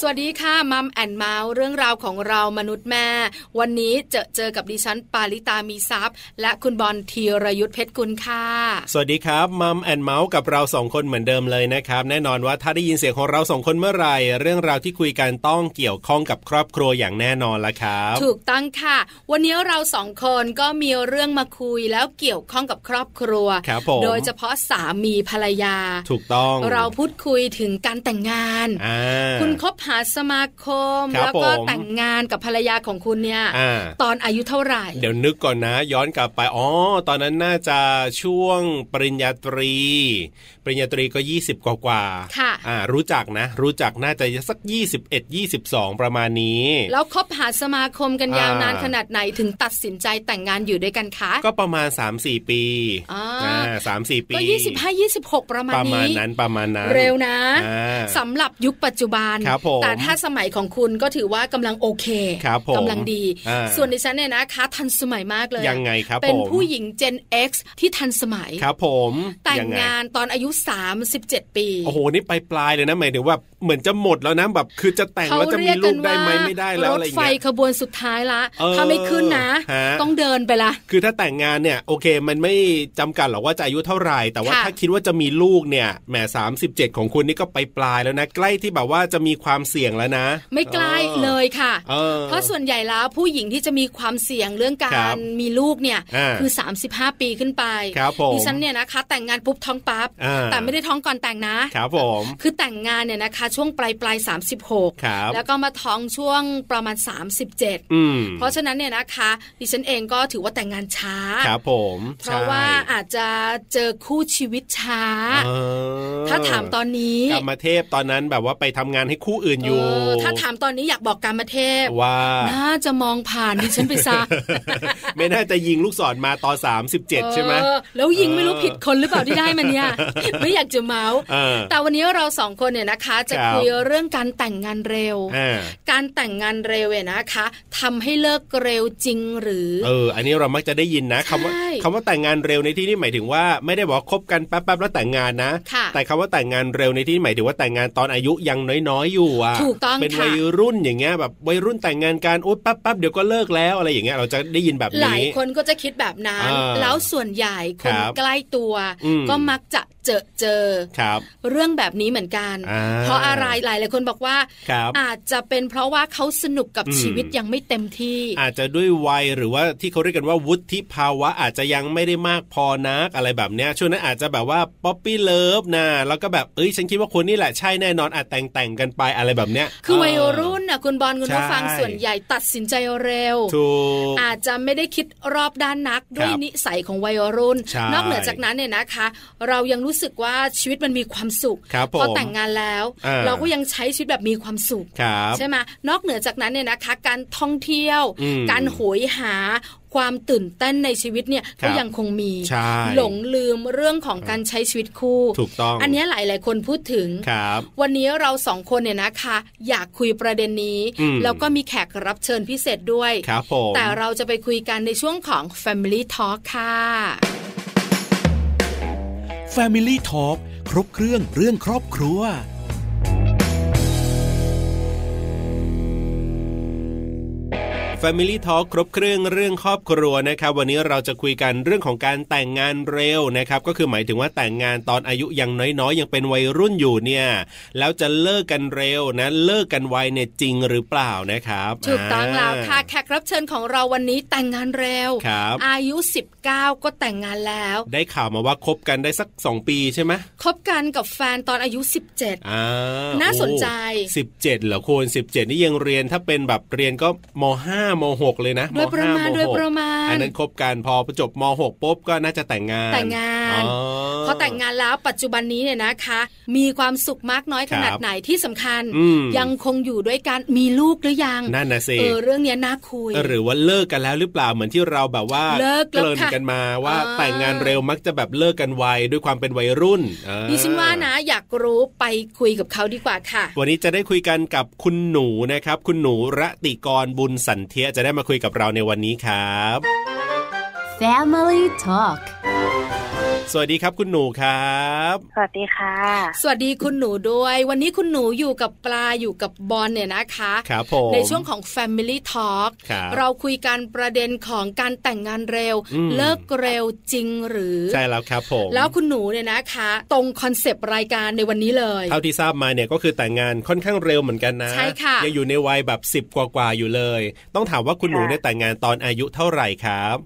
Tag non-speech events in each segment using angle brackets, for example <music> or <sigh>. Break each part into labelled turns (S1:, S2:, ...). S1: สวัสดีค่ะมัมแอนเมาส์เรื่องราวของเรามนุษย์แม่ วันนี้เจอเจอกับดิฉันปาริตามีซัพย์และคุณบอลธีรยุทธเพชรกุลค่ะ
S2: สวัสดีครับมัมแอนเมาส์กับเราสองคนเหมือนเดิมเลยนะครับ แน่นอนว่าถ้าได้ยินเสียงของเราสองคนเมื่อไหร่ เรื่องราวที่คุยกันต้องเกี่ยวข้องกับครอบครัวอย่างแน่นอนละครับ
S1: ถูกตั้องค่ะ วันนี้เราสองคนก็มีเรื่องมาคุยแล้วเกี่ยวข้องกับครอบครัว
S2: ครับผม
S1: โดยเฉพาะสามีภรรยา
S2: ถูกต้อง
S1: เราพูดคุยถึงการแต่งงาน
S2: อ่า
S1: คุณคบหาสมาคม
S2: ครับ
S1: แล้วก็
S2: ผม
S1: แต่งงานกับภรรยาของคุณเนี่ย
S2: อ่า
S1: ตอนอายุเท่าไหร่
S2: เดี๋ยวนึกก่อนนะ ย้อนกลับไปอ๋อตอนนั้นน่าจะช่วงปริญญาตรี ปริญญาตรีก็ 20 กว่ากว่าๆ
S1: ค่ะ
S2: อ่า รู้จักนะ รู้จักน่าจะสัก 21 22 ประมาณนี้
S1: แล้วคบหาสมาคมกันยาว
S2: อ่าน
S1: นานขนาดไหนถึงตัดสินใจแต่งงานอยู่ด้วยกันคะ
S2: ก็ประมาณ 3-4 ปี
S1: อ่า
S2: สามสี่ปี
S1: ก็ยี่สิบห้ายี่สิบหกประมา
S2: ป
S1: ณ
S2: ระมาณ
S1: นี้
S2: นั้นประมาณนั้น
S1: เร็วนะ
S2: อ่า
S1: สำหรับยุคปัจจุบัน
S2: ครับผม
S1: แต่ถ้าสมัยของคุณก็ถือว่ากำลังโอเค
S2: ครับผม
S1: กำลังดี
S2: อ่า
S1: ส่วนดิฉันเนี่ยนะคะ ทันสมัยมากเลย
S2: ยังไงครับ
S1: เป็น
S2: ผม
S1: ผู้หญิง Gen X ที่ทันสมัย
S2: ครับผม
S1: แต่
S2: ยัง ไ
S1: งานตอนอายุ 37 ปี
S2: โอ้โหนี่ไปปลายเลยนะหมายถึงว่าเหมือนจะหมดแล้วนะแบบ คือจะแต่ง
S1: เขา
S2: แล้วจะ
S1: เรี
S2: มี
S1: ยก
S2: ลู
S1: กั
S2: ก
S1: น
S2: ได้
S1: ว่า
S2: ไหมไม่ได้แล้
S1: ร
S2: วอะ
S1: ถ
S2: ไรอย่าง
S1: ไฟ
S2: เงี้ย
S1: ขบวนสุดท้ายละ
S2: เออ
S1: ถ้าไม่ขึ้นนะ
S2: ฮะ
S1: ต้องเดินไปละ
S2: คือถ้าแต่งงานเนี่ยโอเค มันไม่จำกัดหรอกว่าจะอายุเท่าไหร่ แต่ว่า
S1: ค่ะ
S2: ถ้าคิดว่าจะมีลูกเนี่ยแหมสามสิบเจ็ดของคุณนี่ก็ไปปลายแล้วนะ ใกล้ที่แบบว่าจะมีความเสี่ยงแล้วนะ
S1: ไม่ไกลเลยค่ะ
S2: เออ
S1: เพราะส่วนใหญ่แล้วผู้หญิงที่จะมีความเสี่ยงเรื่องกา
S2: ครั
S1: ร
S2: บ
S1: มีลูกเนี่ย
S2: อ่า
S1: คือ 35 ปีขึ้นไป
S2: ครับผม
S1: ดิฉันเนี่ยนะคะ แต่งงานปุ๊บท้องปั๊บ
S2: อ่า
S1: แต่ไม่ได้ท้องก่อนแต่งนะ
S2: ครับผม
S1: คือแต่งงานเนี่ยนะคะ ช่วงปลายปลาย
S2: ครับ
S1: 36 แล้วก็มาท้องช่วงประมาณ 37
S2: อืม
S1: เพราะฉะนั้นเนี่ยนะคะดิฉันเองก็ถือว่าแต่งงานช้า
S2: ครับผม
S1: เพราะว่าอาจจะเจอคู่ชีวิตช้า
S2: ใช่เออ
S1: ถ้าถามตอนนี้
S2: กรรมเทพตอนนั้นแบบว่าไปทำงานให้คู่อื่นอยู่
S1: เออถ้าถามตอนนี้อยากบอกการมาเทพ
S2: ว่า
S1: น่าจะมองผ่านดิฉันไปซะ
S2: <laughs> ไม่น่าจะยิงลูกศรมาตอน37 ใช่ไหม
S1: เออแล้วยิงไม่รู้
S2: เออ
S1: ผิดคนหรือเปล่าที่ได้มันเนี่ย ไม่อยากจะเมาส์
S2: เออ
S1: แต่วันนี้เราสองคนเนี่ยนะคะ จะ
S2: ครับ
S1: คุยเรื่องการแต่งงานเร็ว
S2: อ่า
S1: การแต่งงานเร็วเนี่ยนะคะทำให้เลิกเร็วจริงหรือ
S2: เออ อันนี้เรามักจะได้ยินนะคำว่า
S1: ใช่
S2: คำว่าแต่งงานเร็วในที่นี่หมายถึงว่าไม่ได้บอกว่าคบกันแป๊บๆแล้วแต่งงานนะ
S1: ค่ะ
S2: แต่คำว่าแต่งงานเร็วในที่หมายถึงว่าแต่งงานตอนอายุยังน้อยๆอยู่อ่ะ
S1: ถูกต้อง
S2: เป็น
S1: ค่ะ
S2: วัยรุ่นอย่างเงี้ยแบบวัยรุ่นแต่งงานกันโอ๊ยแป๊บๆเดี๋ยวก็เลิกแล้วอะไรอย่างเงี้ยเราจะได้ยินแบบ
S1: หลา
S2: นี้
S1: ยคนก็จะคิดแบบนั้น
S2: อ่า
S1: แล้วส่วนใหญ่คน
S2: ครับ
S1: ใกล้ตัว
S2: อืม
S1: ก็มักจะเจอเจอ
S2: ครับ
S1: เรื่องแบบนี้เหมือนกัน
S2: อ่า
S1: เพราะอะไรหลายหลายคนบอกว่า
S2: ครับ
S1: อาจจะเป็นเพราะว่าเขาสนุกกับ
S2: อืม
S1: ชีวิตยังไม่เต็มที่
S2: อาจจะด้วยวัยหรือว่าที่เขาเรียกกันว่าวุฒิภาวะอาจจะยังไม่ได้มากพอนักอะไรแบบเนี้ยช่วงนั้นอาจจะแบบว่าป๊อปปี้เลิฟนะแล้วก็แบบเอ้ยฉันคิดว่าคนนี่แหละใช่แน่นอนอาจแต่งแต่งๆกันไปอะไรแบบเนี้ย
S1: คือวัยรุ่นนะคุณบอลคุณ
S2: ใช่
S1: ผู้ฟังส่วนใหญ่ตัดสินใจเร็ว
S2: ถูก
S1: อาจจะไม่ได้คิดรอบด้านนักด้วยนิสัยของวัยรุ่น
S2: ใช่
S1: นอกเหนือจากนั้นเนี่ยนะคะ เรายังรู้สึกว่าชีวิตมันมีความสุข
S2: ครับผม
S1: พอแต่งงานแล้ว
S2: อ่า
S1: เราก็ยังใช้ชีวิตแบบมีความสุข
S2: ครับ
S1: ใช่ไหมนอกเหนือจากนั้นเนี่ยนะคะ การท่องเที่ยว
S2: อืม
S1: การโหยหาความตื่นเต้นในชีวิตเนี่ย
S2: ครั
S1: ก็
S2: บ
S1: ยังคงมี
S2: ใช่
S1: หลงลืมเรื่องของการใช้ชีวิตคู่
S2: ถูกต้อง
S1: อันเนี้ยหลาย ๆ คนพูดถึง
S2: ครับ
S1: วันนี้เราสองคนเนี่ยนะคะ อยากคุยประเด็นนี้
S2: อืม
S1: แล้วก็มีแขกรับเชิญพิเศษด้วย
S2: ครับผม
S1: แต่เราจะไปคุยกันในช่วงของ Family Talk ค่ะ
S3: Family Talk ครบเครื่องเรื่องครอบครัว
S2: แฟมิลี่ทอครบเครื่องเรื่องครอบครัวนะครับ วันนี้เราจะคุยกันเรื่องของการแต่งงานเร็วนะครับ ก็คือหมายถึงว่าแต่งงานตอนอายุยังน้อยๆ ยังเป็นวัยรุ่นอยู่เนี่ย แล้วจะเลิกกันเร็วนะ เลิกกันไวเนี่ยจริงหรือเปล่านะครับ
S1: ถูกต้องแล้วค่ะ
S2: า
S1: แขกรับเชิญของเราวันนี้แต่งงานเร็ว
S2: ครับ
S1: อายุ 19 ก็แต่งงานแล้ว
S2: ได้ข่าวมาว่าคบกันได้สัก 2 ปีใช่ไหม
S1: คบกันกับแฟนตอนอายุ 17
S2: อ่า
S1: น่าสนใจ
S2: โอ้17เหรอคุณ17 นี่ยังเรียนถ้าเป็นแบบเรียนก็ม5ม6เลยนะ
S1: โดยประมาณ
S2: ห้
S1: โดยประมาณ
S2: อันนั้นคบกันพอจบม6ปุ๊บก็น่าจะแต่งงาน
S1: แต่งงาน
S2: อ๋อ
S1: พอแต่งงานแล้วปัจจุบันนี้เนี่ยนะคะ มีความสุขมากน้อยขนาด
S2: ครับ
S1: ไหนที่สำคัญ
S2: อืม
S1: ยังคงอยู่ด้วยกันมีลูกหรือยัง
S2: นั่นนะสิ
S1: เออเรื่องเนี้ยน่าคุย
S2: หรือว่าเลิกกันแล้วหรือเปล่าเหมือนที่เราแบบว่า
S1: เลิกแล้ว
S2: ริ่น
S1: ค่ะ
S2: กันมาว่า
S1: อ่า
S2: แต่งงานเร็วมักจะแบบเลิกกันไวด้วยความเป็นวัยรุ่นอ่
S1: ดิฉันว่านะอยากรู้ไปคุยกับเขาดีกว่าค่ะ
S2: วันนี้จะได้คุยกันกับคุณหนูนะครับ คุณหนูระติกรบุญสันเทียจะได้มาคุยกับเราในวันนี้ครับ
S4: Family Talk
S2: สวัสดีครับคุณหนูครับ
S5: สวัสดีค่ะ
S1: สวัสดีคุณหนูด้วย วันนี้คุณหนูอยู่กับปลาอยู่กับบอลเนี่ยนะคะ
S2: ครับผม
S1: ในช่วงของ Family Talk
S2: ครับ
S1: เราคุยกันประเด็นของการแต่งงานเร็ว
S2: อืม
S1: เลิกเร็วจริงหรือ
S2: ใช่แล้วครับผม
S1: แล้วคุณหนูเนี่ยนะคะ ตรงคอนเซปต์รายการในวันนี้เลย
S2: เท่าที่ทราบมาเนี่ยก็คือแต่งงานค่อนข้างเร็วเหมือนกันนะ
S1: ใช่ค่ะ
S2: ยังอยู่ในวัยแบบ 10 กว่ากว่าๆอยู่เลย ต้องถามว่าคุณหนู
S5: ค่ะ
S2: เนี่ยแต่งงานตอนอายุเท่าไหร่ครับ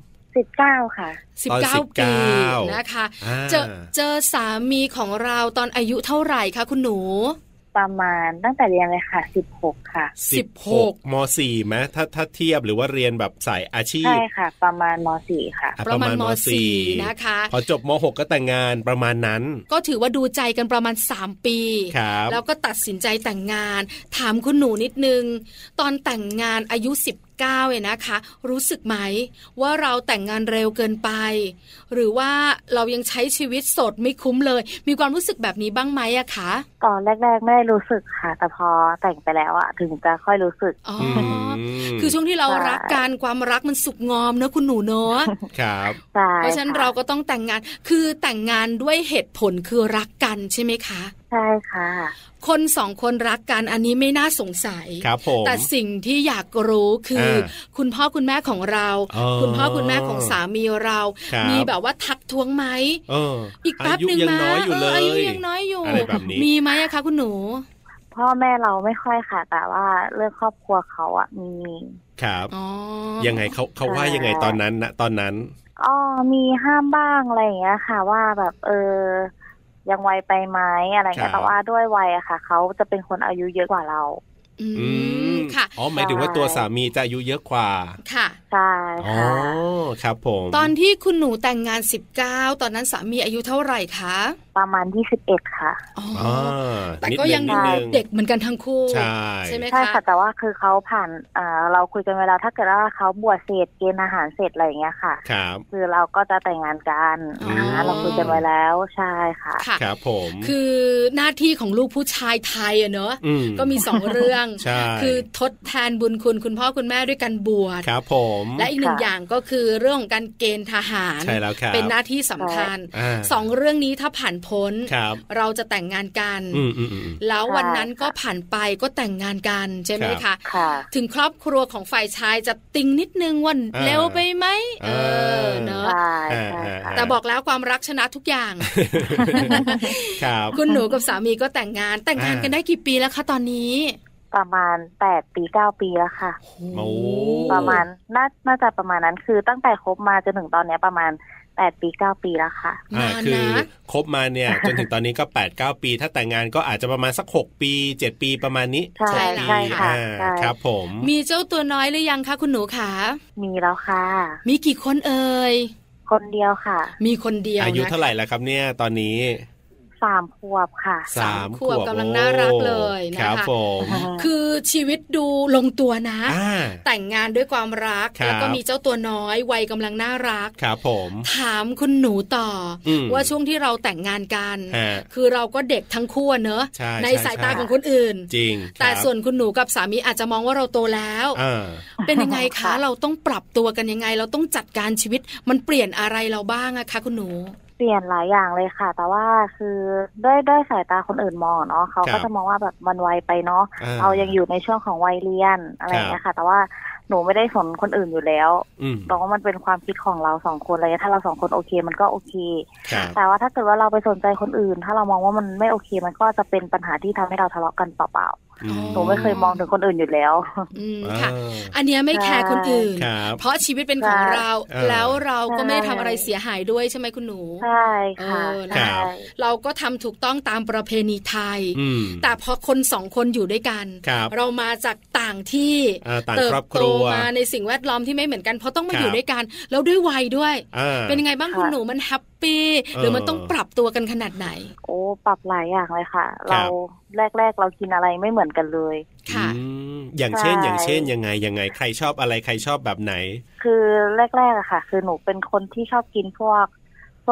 S5: สิบเก้าค่ะ
S2: ตอน
S1: 19 ปี
S2: 19
S1: นะคะ
S2: อ่า
S1: เจอเจอสามีของเราตอนอายุเท่าไหร่คะคุณหนู
S5: ประมาณตั้งแต่เรียนเลยค่ะสิบหกค่ะ
S2: ม .4 ไหมถ้าถ้าเทียบหรือว่าเรียนแบบสายอาชีพ
S5: ใช่ค่ะ ประมาณมสี่ค่ะ
S2: อ่ะ
S1: ประมาณม
S2: สี่
S1: .4 นะคะ
S2: พอจบม .6 ก็แต่งงานประมาณนั้น
S1: ก็ถือว่าดูใจกันประมาณ 3 ปี
S2: ครับ
S1: แล้วก็ตัดสินใจแต่งงาน ถามคุณหนูนิดนึง ตอนแต่งงานอายุ 19เนี่ยนะคะ รู้สึกไหม ว่าเราแต่งงานเร็วเกินไป หรือว่าเรายังใช้ชีวิตโสดไม่คุ้มเลย มีความรู้สึกแบบนี้บ้างไหมอะคะ
S5: ตอนแรก ๆ ไม่ได้รู้สึกค่ะ แต่พอแต่งไปแล้วอะถึงจะค่อยรู้สึก
S1: อ๋อ
S2: อื
S1: อ
S2: ม
S1: คือช่วงที่เรา
S5: ใช่
S1: รักกันความรักมันสุกงอมเนอะคุณหนูเนอะ
S2: ครับ
S5: ใช่
S1: เพราะฉะนั้น
S5: ค่
S1: เราก็ต้องแต่งงาน คือแต่งงานด้วยเหตุผลคือรักกันใช่ไหมคะ
S5: ใช่ค่ะ
S1: คนสองคนรักกันอันนี้ไม่น่าสงสัย
S2: ครับผม
S1: แต่สิ่งที่อยากรู้คือ
S2: อ่า
S1: คุณพ่อคุณแม่ของเรา
S2: อ๋อ
S1: คุณพ่อคุณแม่ของสามีเรา
S2: ครับ
S1: มีแบบว่าทักท้วงไหม
S2: เออ
S1: อีกแป๊บ
S2: ายุ
S1: หนึ่ง
S2: ยัง
S1: มา
S2: น้อยอยู่เลย
S1: อายุยังน้อยอยู่
S2: อะไรแบบนี้
S1: มีไหมอะคะคุณหนู
S5: พ่อแม่เราไม่ค่อยค่ะ แต่ว่าเรื่องครอบครัวเขาอะมี
S2: ครับ
S1: อ๋อ
S2: ยังไงเขาเขาว่ายังไงตอนนั้นนะตอนนั้น
S5: อ๋อมีห้ามบ้างอะไรอย่างเงี้ยค่ะ ว่าแบบเออ ยังไวไปไหมอะไร
S2: ครั
S5: เงี้
S2: บ
S5: ยแต่ว่าด้วยวัยอะค่ะเขาจะเป็นคนอายุเยอะกว่าเรา
S1: อื
S2: อื
S1: มค่ะ
S2: อ๋อหมายถึงว่าตัวสามีจะอายุเยอะกว่า
S1: ค่ะ
S5: ใช่
S2: อ๋อ
S5: ค่ะ
S2: ครับผม
S1: ตอนที่คุณหนูแต่งงาน 19 ตอนนั้นสามีอายุเท่าไหร่คะ
S5: ประมาณยี่สิบเอ็ดค่ะ
S1: อ๋ออ
S2: อ่า
S1: แต่
S2: นิด
S1: ก็
S2: นึ
S1: ยัง
S2: นิดนึง
S1: เด็กเหมือนกันทั้งคู่
S2: ใช่
S1: ไหม
S5: ใช่
S1: คะ
S5: ค่ะแต่ว่าคือเขาผ่านเอ่อเราคุยกันเวลาถ้าเกิดว่าเขาบวชเสร็จเกณฑ์อาหารเสร็จอะไรอย่างเงี้ยค่ะ
S2: ครับ
S5: คือเราก็จะแต่งงานกัน
S2: อืม
S5: นะเราคุยกันไว้แล้วใช่ค่ะ
S1: ค่ะ
S2: ครับผม
S1: คือหน้าที่ของลูกผู้ชายไทยอะเนอะ
S2: ม
S1: ก็มีสองเรื่อง
S2: ใช่
S1: คือทดแทนบุญคุณคุณพ่อคุณแม่ด้วยการบวช
S2: ครับผม
S1: และอีกหนึ่ง
S5: ค่ะ
S1: อย่างก็คือเรื่องของการเกณฑ์ทหาร
S2: ใช่แล้วครับ
S1: เป็นหน้าที่สำคัญ
S2: า
S1: สองเรื่องนี้ถ้าผ่านพ้น
S2: ครับ
S1: เราจะแต่งงานกัน
S2: อืมอืมอืม
S1: แล้ววันนั้นก็ผ่านไปก็แต่งงานกันใช่ไหม
S2: ครั
S1: คะ
S2: บ
S5: ค่ะ
S1: ถึงครอบครัวของฝ่ายชายจะติงนิดนึงว่า
S2: อ่า
S1: เร็วไปไหมเออ
S2: เออ
S1: เนอะ
S5: ใช่
S2: อ่า
S5: ใช่
S2: อ่า
S5: ค่ะ
S1: แต่บอกแล้วความรักชนะทุกอย่าง
S2: ครับ
S1: คุณหนูกับสามีก็แต่งงาน แต่งงาน
S2: อ่า
S1: กันได้กี่ปีแล้วคะตอนนี้
S5: ประมาณแปดปีเก้าปีแล้วค่ะ
S2: โอ้
S5: ประมาณน่าน่าจะประมาณนั้นคือตั้งแต่คบมาจนถึงตอนเนี้ยประมาณแปดปีเก้าปีแล้วค่ะ
S2: อ่าน
S1: าน
S2: คือ
S1: นะ
S2: คบมา
S1: <laughs>
S2: เนี่ย จนถึงตอนนี้ก็ 8 9 ปี ถ้าแต่งงานก็อาจจะประมาณสัก 6 ปี 7 ปีประมาณนี้
S5: ใช่
S2: หก
S1: ใช่
S2: ปี
S1: ค่ะ
S2: อ่า
S5: ใช่
S2: ครับผม
S1: มีเจ้าตัวน้อยหรือยังคะคุณหนูขา
S5: มีแล้วค่ะ
S1: มีกี่คนเอ่ย
S5: คนเดียวค่ะ
S1: มีคนเดียว
S2: อายุ
S1: นะคะ
S2: เท่าไหร่แล้วครับเนี่ยตอนนี้
S5: สามขวบค่ะ
S1: สามขวบกำลังน่ารักเลยนะ
S2: ครับ
S1: คะ
S2: ผม
S1: คือชีวิตดูลงตัวนะ
S2: อ่า
S1: แต่งงานด้วยความรัก
S2: ครับ
S1: แล้วก็มีเจ้าตัวน้อยวัยกำลังน่ารัก
S2: ครับผม
S1: ถามคุณหนูต่ออ
S2: ม
S1: ว่าช่วงที่เราแต่งงานกัน
S2: ฮะ
S1: คือเราก็เด็กทั้งคู่อะเนอะ
S2: ใช่
S1: ใน
S2: ใช่
S1: สายตา
S2: ใช่
S1: ของคนอื่น
S2: จริง
S1: แต่
S2: ครับ
S1: ส่วนคุณหนูกับสามีอาจจะมองว่าเราโตแล้ว
S2: อ่า
S1: เป็นยังไงคะ
S5: ค่ะ
S1: เราต้องปรับตัวกันยังไง เราต้องจัดการชีวิต มันเปลี่ยนอะไรเราบ้างอะคะ คุณหนู
S5: เปลี่ยนหลายอย่างเลยค่ะ แต่ว่าคือด้วยด้วยสายตาคนอื่นมองเนาะเขาก็จะมองว่าแบบมันไวไปเนาะเรายังอยู่ในช่วงของวัยเรียนอะไรอย่างเงี้ยค่ะ แต่ว่าหนูไม่ได้สนคนอื่นอยู่แล้ว
S2: อืม
S5: เราว่ามันเป็นความคิดของเราสองคนอะไรเลยถ้าเราสองคนโอเคมันก็โอเค
S2: ครับ
S5: แต่ว่าถ้าเกิดว่าเราไปสนใจคนอื่น ถ้าเรามองว่ามันไม่โอเค มันก็จะเป็นปัญหาที่ทำให้เราทะเลาะกันเปล่า
S2: อื
S5: ๆหนูไม่เคยมองถึงคนอื่นอยู่แล้ว
S1: อืม
S2: อ่า
S1: ค่ะ อันเนี้ยไม่แคร์คนอื่น
S2: ครับ
S1: เพราะชีวิตเป็นของ
S5: ใช่
S1: เรา
S2: เออ
S1: แล้วเราก็
S5: ใช่
S1: ไม่ได้ทำอะไรเสียหายด้วยใช่ไหมคุณหนู
S5: ใช่ค่ะ
S1: เออนะ
S5: ใช่
S1: เราก็ทำถูกต้องตามประเพณีไทย
S2: อืม
S1: แต่พอคนสองคนอยู่ด้วยกัน
S2: ครับ
S1: เรามาจากต่างที่
S2: อ่าต่าง
S1: เติ
S2: ครอ
S1: บบ
S2: ค
S1: โต
S2: รัว
S1: มาในสิ่งแวดล้อมที่ไม่เหมือนกัน เพราะต้องมา
S2: ครับ
S1: อยู่ด้วยกัน แล้วด้วยวัยด้วย
S2: อ่า
S1: เป็นยังไงบ้าง
S5: ค่ะ
S1: คุณหนูมันแฮปปี้หรือมันต้องปรับตัวกันขนาดไหน
S5: โอ้ปรับหลายอย่างเลยค่ะ
S2: ครั
S5: เรา
S2: บ
S5: แรก ๆ เรากินอะไรไม่เหมือนกันเลย
S1: ค่ะ
S2: อืมอย่างเช่น
S5: ใช่
S2: อย่างเช่นยังไงยังไงใครชอบอะไรใครชอบแบบไหน
S5: คือแรกๆอะค่ะ คือหนูเป็นคนที่ชอบกินพวก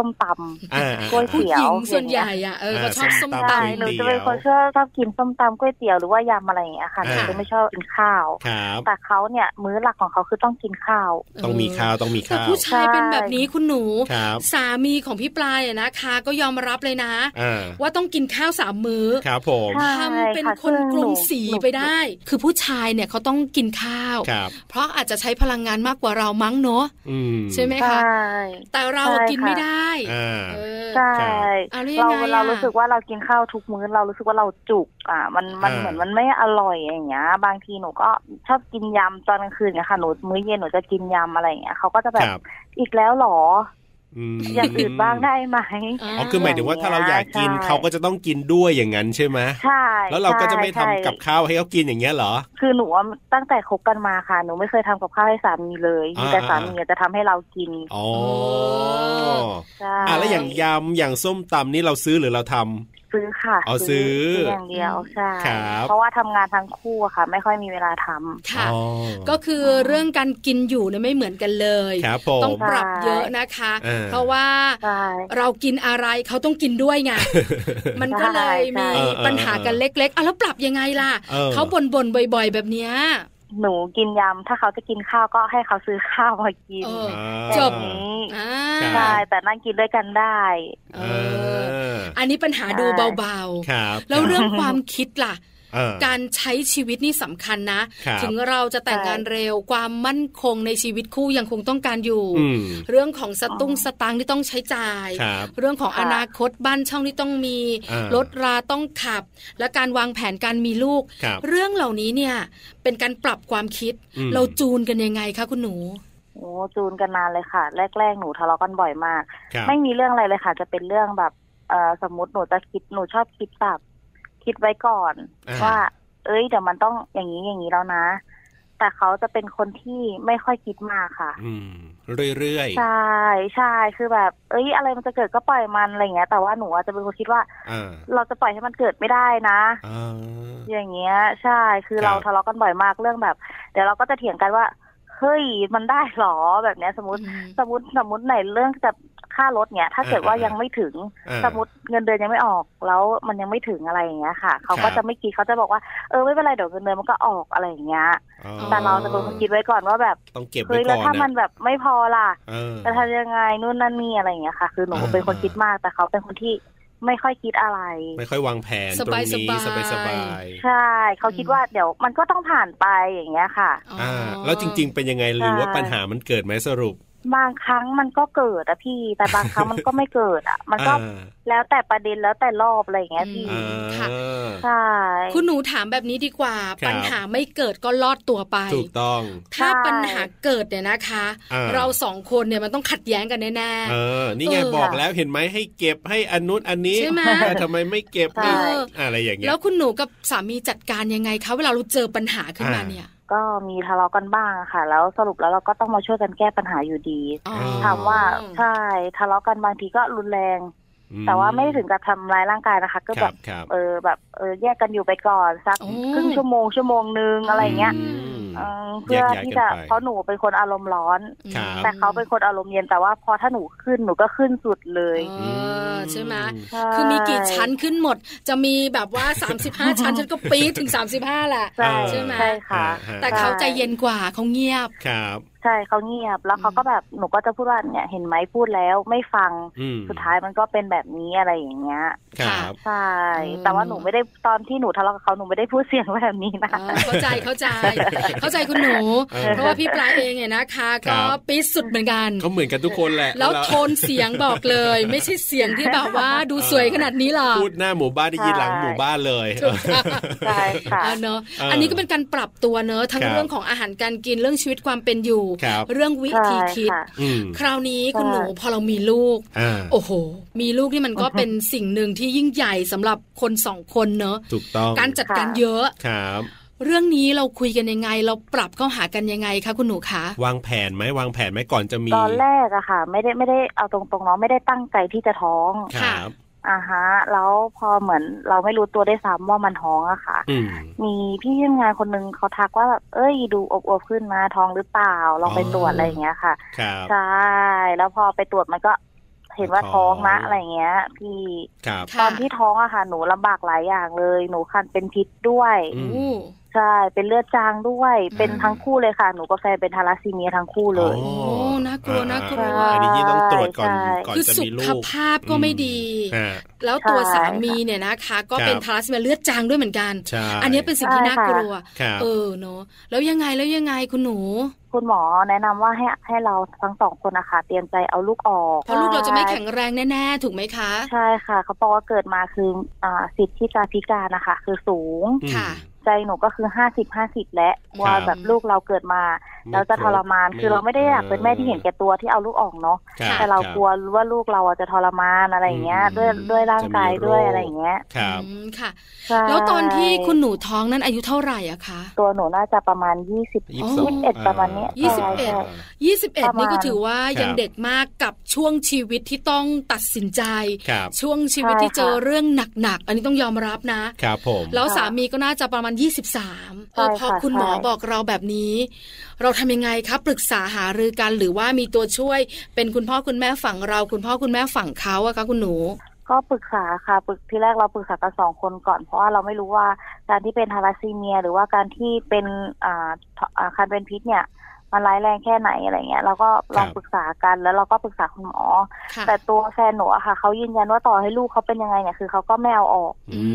S5: ส้มตำ
S2: อ่า
S5: กล้วย
S1: ผู้หญิง
S5: เดี๋ยว
S1: ส่วนใหญ่อ่ะเออก็ชอบส้ม
S2: ตำ
S5: ใช่
S1: ตำ
S5: หนูจะเป็นคนชอบชอบกินส้มตำก๋วยเตี๋ยวหรือว่ายำอะไรอย่างเงี้ยค่ะหนู
S2: อ่า
S5: จะไม่ชอบกินข้าว
S2: ครับ
S5: แต่เขาเนี่ยมื้อหลักของเขาคือต้องกินข้าว
S2: ต้องมีข้าวต้องมี
S1: แต่
S2: ข้าว
S1: ผู้ชายเป็นแบบนี้คุณหนู
S2: ครับ
S1: สามีของพี่ปลายอะนะคะ ก็ยอมรับเลยนะ
S2: อ่า
S1: ว่าต้องกินข้าวสามมื้อ
S2: ครับผม
S5: ใช่
S1: ทำเป็น
S5: ค่ะ
S1: คน
S5: ซึ่ง
S1: กลุ่ม
S5: หนู
S1: สี
S5: หนู
S1: ไปได้ คือผู้ชายเนี่ยเขาต้องกินข้าว
S2: ครับ
S1: เพราะอาจจะใช้พลังงานมากกว่าเรามั้งเนาะ
S2: อืม
S1: ใช่ไหมคะ
S5: ใช่
S1: แต่เรา
S5: ใช่
S1: กิน
S5: ค่ะ
S1: ไม่ได้
S2: อ่า
S1: เออ
S5: ใช่
S1: เอาแล้วยัง
S5: เรา
S1: ไงอะ
S5: เรารู้สึกว่าเรากินข้าวทุกมื้อเรารู้สึกว่าเราจุกอ่ะมันมัน
S2: อ่า
S5: เหมือนมันไม่อร่อยอย่างเงี้ย บางทีหนูก็ชอบกินยำตอนกลางคืนเนี่ยค่ะหนูมื้อเย็นหนูจะกินยำอะไรอย่างเงี้ยเขาก็จะแบ
S2: ค
S5: บ
S2: รับ
S5: อีกแล้วเหรอ
S2: อืม
S5: อย่างอื่นบ้างได้ไหม
S1: า
S2: อ๋อคือหมายถึงว่าถ้าเราอยากกิน
S5: ใช่
S2: เขาก็จะต้องกินด้วยอย่างนั้นใช่ไหม
S5: ใช่
S2: แล้วเราก็จะไม่ทำ
S5: ใช่
S2: กับข้าวให้เขากินอย่างเงี้ยเหรอ
S5: คือหนูว่าตั้งแต่คบกันมาค่ะ หนูไม่เคยทำกับข้าวให้สามีเลย
S2: อ่า
S5: แต่สามีจะทำให้เรากิน
S2: อ๋อ
S5: ใช่
S2: อ่ะแล้วอย่างยำอย่างส้มตำนี่เราซื้อหรือเราทำ
S5: ซื้อค่ะ
S2: อ๋อซื้ออ
S5: อย่างเดียวใช่
S2: ครับ
S5: เพราะว่าทำงานทั้งคู่อะค่ะ ไม่ค่อยมีเวลาทำ
S1: ค่ะ
S2: อ๋อ
S1: ก็คือเรื่องการกินอยู่เนี่ยไม่เหมือนกันเลย
S2: ครับผ
S1: ต้อง
S2: ม
S1: ปรับเยอะนะคะ
S2: เออ
S1: เพราะว่า
S5: ใช่
S1: เรากินอะไรเขาต้องกินด้วย
S2: <laughs>
S1: ไง มันก็เลย
S5: ใช่
S1: มี
S2: เออเออ
S1: ปัญหากันเล็กๆอ่ะแล้วปรับยังไงล่ะ
S2: เออ
S1: เขาบ่นบ่นๆบ่อย ๆ แบบเนี้ย
S5: หนูกินยำถ้าเขาจะกินข้าวก็ให้เขาซื้อข้าวมากิน
S1: เออ
S2: อ่า
S1: จบ
S5: แบบนี้
S1: อ่า
S2: ครั
S5: ใช่
S2: บ
S5: แต่นั่งกินด้วยกันได้
S1: เอ
S2: เอ
S1: อ
S2: อ
S1: อันนี้ปัญหาดูเบา
S2: ครับ
S1: ๆ แล้วเรื่องความคิดล่ะ
S2: เออ
S1: การใช้ชีวิตนี่สำคัญนะ
S2: ครับ
S1: ถึงเราจะแต่งงานเร็วความมั่นคงในชีวิตคู่ยังคงต้องการอยู่
S2: อืม
S1: เรื่องของสตุ้งสตางค์ที่ต้องใช้จ่าย
S2: ครับ
S1: เรื่องของ
S5: ค่ะ
S1: อนาคตบ้านช่องที่ต้องมี
S2: อ่าร ร
S1: ถราต้องขับ และการวางแผนการมีลูก
S2: ครับ
S1: เรื่องเหล่านี้เนี่ยเป็นการปรับความคิด
S2: อืม
S1: เราจูนกันยังไงคะคุณหนู
S5: โอ้จูนกันนานเลยค่ะ แรก ๆ หนูทะเลาะกันบ่อยมาก
S2: ครับ
S5: ไม่มีเรื่องอะไรเลยค่ะ จะเป็นเรื่องแบบเอ่อสมมติหนูจะคิดหนูชอบคิดแบบคิดไว้ก่อน
S2: อ่า
S5: ว่า เอ้ยเดี๋ยวมันต้องอย่างนี้อย่างนี้แล้วนะ แต่เขาจะเป็นคนที่ไม่ค่อยคิดมากค่ะ
S2: อืมเรื่อย
S5: ใช่ใช่คือแบบ เอ้ย อะไรมันจะเกิดก็ปล่อยมันอะไรอย่างเงี้ย แต่ว่าหนูอาจจะเป็นคนคิดว่า
S2: ๆอ่า
S5: เราจะปล่อยให้มันเกิดไม่ได้นะ
S2: อ่า
S5: อย่างเงี้ย ใช่คือ
S2: ครับ
S5: เราทะเลาะกันบ่อยมากเรื่องแบบ เดี๋ยวเราก็จะเถียงกันว่าเฮ้ยมันได้หรอแบบเนี้ยสมมติ
S1: อืม
S5: สมมติสมมติไหนเรื่องจะค่ารถเนี้ยถ้าเกิดว่า
S2: อ่ายั
S5: ยังไม่ถึง
S2: อ่า
S5: สมมติเงินเดือนยังไม่ออก แล้วมันยังไม่ถึงอะไรอย่างเงี้ยค่ะ เขาก็
S2: ครับ
S5: จะไม่คิดเขาจะบอกว่าเออไม่เป็นไรเดี๋ยวเงินเดือนมันก็ออกอะไรอย่างเงี้ย
S2: อ๋อ
S5: แต่เราจะเป็นคนคิดไว้ก่อนว่าแบบ
S2: ต้องเก็บ
S5: เฮ้
S2: ไว้
S5: ย
S2: ก่
S5: แล้ว
S2: อน
S5: ถ้ามัน
S2: นะ
S5: แบบไม่พอล่ะ
S2: เออ
S5: จะทำยังไงนู่นนั่นนี่อะไรอย่างเงี้ยค่ะ คือหนู
S2: อ่า
S5: เป็นคนคิดมากแต่เขาเป็นคนที่ไม่ค่อยคิดอะไร
S2: ไม่ค่อยวางแผนตรงนี้
S1: สบา
S2: สบาย ย
S1: ๆ
S2: สบาย
S5: ใช่ เขาคิดว่าเดี๋ยวมันก็ต้องผ่านไปอย่างเงี้ยค่ะ
S2: ๆอ่า แล้วจริง ๆ เป็นยังไงหรือว่าปัญหามันเกิดไหมสรุป
S5: บางครั้งมันก็เกิดอะพี่ แต่บางครั้งมันก็ไม่เกิด
S2: <laughs>
S5: อะมันก็
S2: อ่า
S5: แล้วแต่ประเด็นแล้วแต่รอบอะไรอย่างเงี้ยพี่
S1: อื
S2: อ่
S1: ม
S2: า
S5: ใช่
S1: คุณหนูถามแบบนี้ดีกว่า
S2: ครับ
S1: ปัญหาไม่เกิดก็ลอดตัวไป
S2: ถูกต้อง
S1: ถ้าปัญหาเกิดเนี่ยนะคะ
S2: อ่า
S1: เราสองคนเนี่ยมันต้องขัดแย้งกันแน่
S2: เออ นี่ไง
S1: เออ
S2: บอกแล้วเห็นไหมให้เก็บให้อันนู้นอันนี้
S1: ใช่ไหม
S2: แต่ <laughs> ทำไมไม่เก็บไม่
S1: เออ
S2: อะไรอย่างเงี้ย
S1: แล้วคุณหนูกับสามีจัดการยังไงคะเวลาเราเจอปัญหาขึ้นมา
S2: อ่า
S1: เนี่ย
S5: ก็มีทะเลาะกันบ้างอะค่ะ แล้วสรุปแล้วเราก็ต้องมาช่วยกันแก้ปัญหาอยู่ดี
S1: อ๋อ
S5: ถามว่าใช่ทะเลาะกันบางทีก็รุนแรง
S2: อื
S5: แต่ว่าไม่ถึงกับทำร้ายร่างกายนะคะ ก็
S2: ค
S5: แบ
S2: รับบ ครับ
S5: เออแบบเออแยกกันอยู่ไปก่อนสัก
S1: โอ้
S5: ครึ่งชั่วโมงชั่วโมงนึงอะไรเงี้ย
S2: ม
S5: เออเพื่อ
S2: แยกย้าย
S5: ที่
S2: กั
S5: จะ
S2: นไป
S5: เพราะหนูเป็นคนอารมณ์ร้อน
S2: ครับ
S5: แต่เขาเป็นคนอารมณ์เย็นแต่ว่าพอถ้าหนูขึ้นหนูก็ขึ้นสุดเลย
S1: เออใช่ไหม
S5: ใช่
S1: คือมีกี่ชั้นขึ้นหมด จะมีแบบว่า 35 ชั้นฉันก็ปี๊ดถึง 35แหละ
S5: ใช่
S1: ใช่ไหม
S5: ใช่ค่ะ
S2: อ่า
S1: แต่เขาใจเย็นกว่าเขาเงียบ
S2: ครับ
S5: ใช่เขาเงียบแล้วเขาก็แบบหนูก็จะพูดว่าเนี่ยเห็นไหมพูดแล้วไม่ฟัง
S2: อืม
S5: สุดท้ายมันก็เป็นแบบนี้อะไรอย่างเงี้ย
S2: ครับ
S5: ใช่
S1: อืม
S5: แต่ว่าหนูไม่ได้ตอนที่หนูทะเลาะกับเขาหนูไม่ได้พูดเสียงแบบนี้
S2: <laughs>
S5: นะ
S1: เออเข้าใจเข้า
S5: <laughs>
S1: ใจ เข้าใจคุณหนู
S2: เออ
S1: เพราะว่าพี่ปลาเองเนี่ยนะคะ
S2: ครั
S1: ก็
S2: บ
S1: ปี๊ดสุดเหมือนกัน
S2: เขาเหมือนกันทุกคนแหละ
S1: แล้วโทนเสียงบอกเลย ไม่ใช่เสียงที่แบบว่าดูสวยขนาดนี้หรอก
S2: พูดหน้าหมู่บ้านได้ยินหลังหมู่บ้านเลย
S1: ถูกต้อง
S5: ใช่ค่ะ
S1: อ่ะเนอะ
S2: เอออั
S1: อันนี้ก็เป็นการปรับตัวเนอะทั้ง
S2: ครับ
S1: เรื่องของอาหารการกินเรื่องชีวิตความเป็นอยู่
S2: ครับ
S1: เรื่องวิธี
S5: ใช่
S1: คิด
S5: ค่ะ
S2: อืม
S1: คราวนี้คุณ
S5: ใช่
S1: หนูพอเรามีลูก
S2: อ่า
S1: โอ้โห มีลูกนี่มันก็เป็นสิ่งหนึ่งที่ยิ่งใหญ่สำหรับคนสองคนเนอะ
S2: ถูกต้อง
S1: การจัดการเยอะ
S2: ครับ
S1: เรื่องนี้เราคุยกันยังไง เราปรับเข้าหากันยังไงคะคุณหนูคะ
S2: วางแผนไหมวางแผนไหมก่อนจะมี
S5: ตอนแรกอะค่ะ ไม่ได้ไม่ได้เอาตรงๆเนาะไม่ได้ตั้งใจที่จะท้อง
S2: ครับ
S5: อ่าฮะ แล้วพอเหมือนเราไม่รู้ตัวได้วยซ้ำว่ามันท้องอะค่ะ
S2: อืม
S5: มีพี่ที่ทำงานคนนึงเขาทักว่าแบบเอ้ยดูอบอวบๆขึ้นนะท้องหรือเปล่าลองไป
S2: อ๋อ
S5: ตรวจอะไรอย่างเงี้ยค่ะ
S2: ครับ
S5: ใช่แล้วพอไปตรวจมันก็ เห็นว่าท้องนะอะไรเงี้ย พี่
S2: ครับ
S5: ต
S1: ค่ะ
S5: อนที่ท้องอะค่ะ หนูลำบากหลายอย่างเลย หนูคันเป็นพิษด้วย
S2: อืม
S1: โอ้
S5: ใช่เป็นเลือดจางด้วย เป็นทั้งคู่เลยค่ะ หนูกับแฟนเป็นทาราซีเมียทั้งคู่เลย
S2: อ๋อ
S1: โอ้น่ากลัวน่ากลัว
S5: ใช่
S2: อันนี้ยิ่งต้องตรวจก่อน
S5: ใช่
S2: ก่อน
S1: คือ
S2: จะ
S1: สุ
S2: มีลู
S1: ข
S2: ก
S1: ภาพก็ไม่ดี
S2: อ่า
S1: แล้วตัว
S5: ใช่
S1: สามีเนี่ยนะคะ ก็
S2: ครับ
S1: เป็นทาราซีเมียเลือดจางด้วยเหมือนกัน
S2: ใช่
S1: อันนี้เป็นสิ่งที่น่ากลัว
S2: ครับ
S1: เออเนาะแล้วยังไงแล้วยังไงคุณหนู
S5: คุณหมอแนะนำว่าให้ให้เราทั้งสองคนนะคะเตรียมใจเอาลูกออก
S1: เพราะลูกเราจะไม่แข็งแรงแน่ ๆ ถูกไหมคะ
S5: ใช่ค่ะ เขาบอกว่าเกิดมาคืออ่าสิทธิ์ที่จะพิการนะคะคือสูง
S2: อืม
S1: ค่ะ
S5: ใจหนูก็คือห้าสิบห้าสิบและว่า
S2: ครับ
S5: แบบลูกเราเกิดมาแล้วจะทรมานคือเราไม่ได้อยากเป็นแม่ที่เห็นแก่ตัวที่เอาลูกออกเนาะ
S2: คบ
S5: แต่เรา
S2: คบ
S5: กลัวว่าลูกเราอะจะทรมานอะไรอย่างเงี้ย
S2: อืม
S5: ด้วยด้วยร่างกาย
S2: จะมีโรค
S5: ด้วยอะไรอย่างเงี้ย
S2: ครับ
S1: อืมค่ะ
S5: ใช่
S1: แล้วตอนที่คุณหนูท้องนั้นอายุเท่าไหร่อะคะ
S5: ตัวหนูน่าจะประมาณยี่สิบ
S2: ยี่สิบสอง
S5: ยี่สิบเอ็ดประมาณเนี้ย
S1: ยี่สิบเอ็ด
S2: า
S5: ประมาณ
S1: 21นี่ก็ถือว่า
S2: ครับ
S1: ยังเด็กมากกับช่วงชีวิตที่ต้องตัดสินใจ
S2: ครับ
S1: ช่วงชีวิต
S5: ใช่
S1: ที่เจอ
S5: ค่ะ
S1: เรื่องหนักๆ อันนี้ต้องยอมรับนะ
S2: ครับผม
S1: แล้ว
S5: ค่ะ
S1: สามีก็น่าจะประมาณ 23เออ
S5: ใช่
S1: พอ
S5: ค่ะ
S1: คุณหมอ
S5: ใช่
S1: บอกเราแบบนี้ เราทำยังไงครับปรึกษาหารือกันหรือว่ามีตัวช่วย เป็นคุณพ่อคุณแม่ฝั่งเรา คุณพ่อคุณแม่ฝั่งเขาอะคะคุณหนู
S5: ก็ปรึกษาค่ะปรึกที่แรกเราปรึกษากันสองคนก่อน เพราะว่าเราไม่รู้ว่าการที่เป็นทาราซีเมีย หรือว่าการที่เป็นอ่าทอ่าคันเป็นพิษเนี่ยมันร้ายแรงแค่ไหนอะไรเงี้ยเราก็ลอง
S2: ครับ
S5: ปรึกษากันแล้วเราก็ปรึกษาคุณหมอ
S1: ค่ะ
S5: แต่ตัวแฟนหนูอะค่ะเขายืนยันว่าต่อให้ลูกเขาเป็นยังไงเนี่ยคือเขาก็ไม่เอาออก
S2: อืม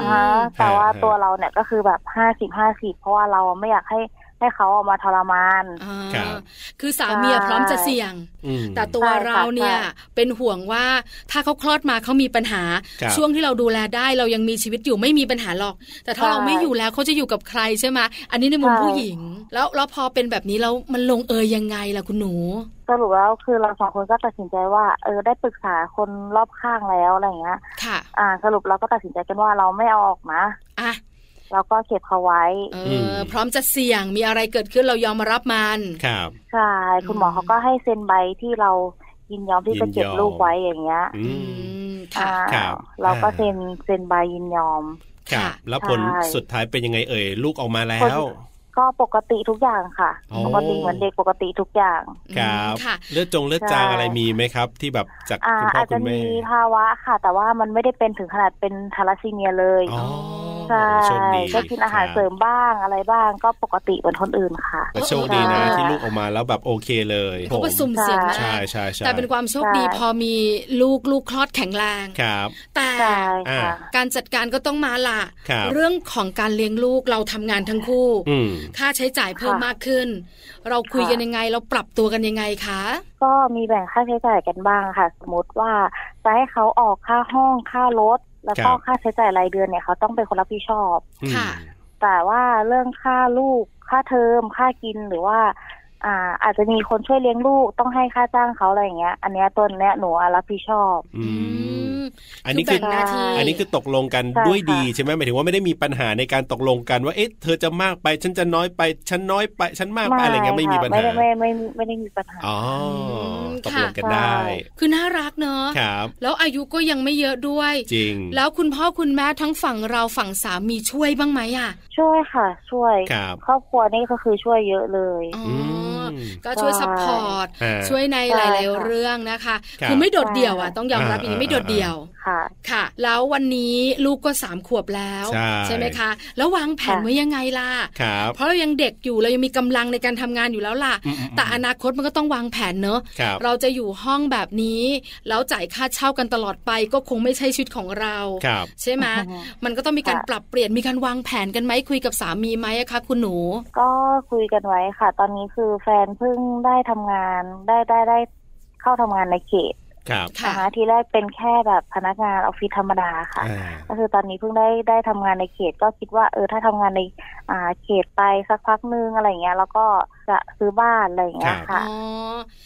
S1: อื
S5: อ่าแต่ว่า
S2: ฮะ
S5: ตัวเราเนี่ยก็คือแบบห้าสิบห้าสิบเพราะว่าเราไม่อยากให้ให้เขาเออกมาทรมาน
S1: อ่า
S2: ครับ
S1: คือสามีอะ
S5: ใช่
S1: พร้อมจะเสี่ยง
S2: อืม
S1: แต่ตัว
S5: ใช่ค่ะ
S1: เราเนี่ย
S5: ใช่
S1: เป็นห่วงว่าถ้าเขาคลอดมาเขามีปัญหา
S2: ครับ
S1: ช่วงที่เราดูแลได้เรายังมีชีวิตอยู่ไม่มีปัญหาหรอก แต่ถ้าเราไม่อยู่แล้วเขาจะอยู่กับใครใช่ไหมอันนี้ในมุมผู้หญิง แล้วแล้วพอเป็นแบบนี้แล้วมันลงเอยยังไงล่ะคุณหนู
S5: สรุปแล้วคือเราสองคนก็ตัดสินใจว่าเออได้ปรึกษาคนรอบข้างแล้วอะไรเงี้ย
S1: ค่ะ
S5: อ่า สรุปเราก็ตัดสินใจกันว่าเราไม่เอาออกนะ
S1: อ่ะ
S5: เราก็เก็บเขาไว้
S1: เออ
S2: ม
S1: อพร้อมจะเสี่ยงมีอะไรเกิดขึ้นเรายอมรับมัน
S2: ครับ
S5: ใช่คุณหมอเขาก็ให้เซ็นใบที่เรายินยอมที่จะเก็บ
S2: ยินยอม
S5: ลูกไว้อย่างเงี้ย
S2: อื
S1: อื
S2: ม
S1: มค่ะ
S5: อ่า
S2: ครับ
S5: เราก็เซ็นเซ็นใบยินยอม
S2: ครับ
S1: ค่ะ
S2: แล้วผล
S5: ใช่
S2: สุดท้ายเป็นยังไงเอ่ยลูกออกมาแล้
S5: ผล
S2: ว
S5: ก็ปกติทุกอย่างค่ะ
S2: อ๋อ
S5: ปกติเหมือนเด็กปกติทุกอย่าง
S2: ครับ
S1: อืมค่ะ
S2: เลือดจงเลือดจาง
S5: ใช่
S2: อะไรมีไหมครับ ที่แบบจาก
S5: อ่า
S2: คุณพ่อ
S5: อาจ
S2: คุ
S5: จะ
S2: ณแม่
S5: มีภาวะค่ะ แต่ว่ามันไม่ได้เป็นถึงขนาดเป็นทาราซีเมียเลย
S2: อ๋อ
S5: ใช่
S2: โชคดี
S5: ก็กินอาหารเสริมบ้างอะไรบ้างก็ปกติเหมือนคนอื่นค่ะ
S2: แต่โชคดีนะ
S5: ใช่
S2: ที่ลูกออกมาแล้วแบบโอเคเลย
S1: เขาก็สุ่มเสี่ยงมาก
S2: ใช่ใช่ใช่
S1: แต่เป็นความโชคดี
S5: ใช่
S1: พอมีลูกลูกคลอดแข็งแรง
S2: ครับ
S1: แต่
S5: ใช่ค่ะ
S1: การจัดการก็ต้องมาล่ะ
S2: ครับ
S1: เรื่องของการเลี้ยงลูกเราทำงานทั้งคู่
S2: อืม
S1: ค่าใช้จ่ายเพิ่ม
S5: ค่ะ
S1: มากขึ้น เราคุย
S5: ค่ะ
S1: กันยังไง เราปรับตัวกันยังไงคะ
S5: ก็มีแบ่งค่าใช้จ่ายกันบ้างค่ะ สมมติว่าจะให้เขาออกค่าห้องค่ารถ แล้วก็
S2: ครับ
S5: ค่าใช้จ่ายรายเดือนเนี่ยเขาต้องเป็นคนรับผิดชอบ
S2: อืม
S1: ค่ะ
S5: แต่ว่าเรื่องค่าลูกค่าเทอมค่ากินหรือว่า อ่า อาจจะมีคนช่วยเลี้ยงลูกต้องให้ค่าจ้างเขาอะไรอย่างเงี้ย อันเนี้ยตัวเนี้ยหนูอะรับผิดชอบ
S2: อืม อั
S1: อั
S2: น
S1: น
S2: นี้
S1: นี้
S2: คื
S1: คือ อแบ่งหน้าที่
S2: อันนี้คือตกลงกัน
S5: ใช่ค่ะ
S2: ด้วยดีใช่ไหมหมายถึงว่าไม่ได้มีปัญหาในการตกลงกันว่าเอ๊ะเธอจะมากไปฉันจะน้อยไปฉันน้อยไปฉันมากไปอะไรเงี้ยไม่มี
S5: ค่ะ
S2: ปัญ
S5: ไม่
S2: หา
S5: ได้ไม่ไม่ไม่ได้มีปัญหา
S2: อ๋อ
S1: ม
S2: ตก
S1: ค่ะ
S2: ลงกันได้
S1: คือน่ารักเนอะ
S2: ครับ
S1: แล้วอายุก็ยังไม่เยอะด้วย
S2: จริง
S1: แล้วคุณพ่อคุณแม่ทั้งฝั่งเราฝั่งสามีช่วยบ้างไหมอ่ะ
S5: ช่วยค่ะ ช่วย
S2: ครับ
S5: ครอบครัวนี่ก็คือช่วยเยอะเลย
S1: อ๋ออ
S2: ม
S1: ก็ช่วย
S5: ใช่
S1: ซัพพอร์ต
S2: อ่า
S1: ช่วยใน
S5: ใช่
S1: หลาย
S5: ค่ะ
S1: ๆ เรื่องนะคะ
S2: ครับ
S1: คือไม่โดดเดี่ยวอ่ะต้องยอมรับอ
S2: อ่า
S1: ย่างนี้ไม่
S2: อ่า
S1: โดดเดี่ยว
S5: ค่ะ
S1: ค่ะ แล้ววันนี้ลูกก็สามขวบแล้ว
S2: ใช่
S1: ไหมคะ แล้ววางแผน
S5: ค่ะ
S1: ไว้ยังไงล่ะ
S2: ครับ
S1: เพราะเรายังเด็กอยู่เรายังมีกำลังในการทำงานอยู่แล้วล่ะ
S2: อืมอืม
S1: แต่อนาคตมันก็ต้องวางแผนเนอะ
S2: ครับ
S1: เราจะอยู่ห้องแบบนี้ แล้วจ่ายค่าเช่ากันตลอดไปก็คงไม่ใช่ชีวิตของเรา
S2: ครับ
S1: ใช่ไหม
S5: อือฮึ
S1: มันก็ต้องมีการ
S5: ค่ะ
S1: ปรับเปลี่ยนมีการวางแผนกันไหมคุยกับสามีไหมอะคะคุณหนู
S5: ก็คุยกันไว้ค่ะ ตอนนี้คือแฟนเพิ่งได้ทำงาน ได้ได้ได้เข้าทำงานในเขต
S2: ครับ
S1: ค่ะ
S5: นะคะทีแรกเป็นแค่แบบพนักงานออฟฟิศธรรมดาค่ะ
S2: อ่า
S5: ก็คือตอนนี้เพิ่งได้ได้ทำงานในเขตก็คิดว่าเออถ้าทำงานในอ่าเขตไปสักพักนึงอะไรเงี้ยแล้วก็จะซื้อบ้านอะไรเงี้ย
S2: ครับ
S5: ค่ะ
S1: อ๋อ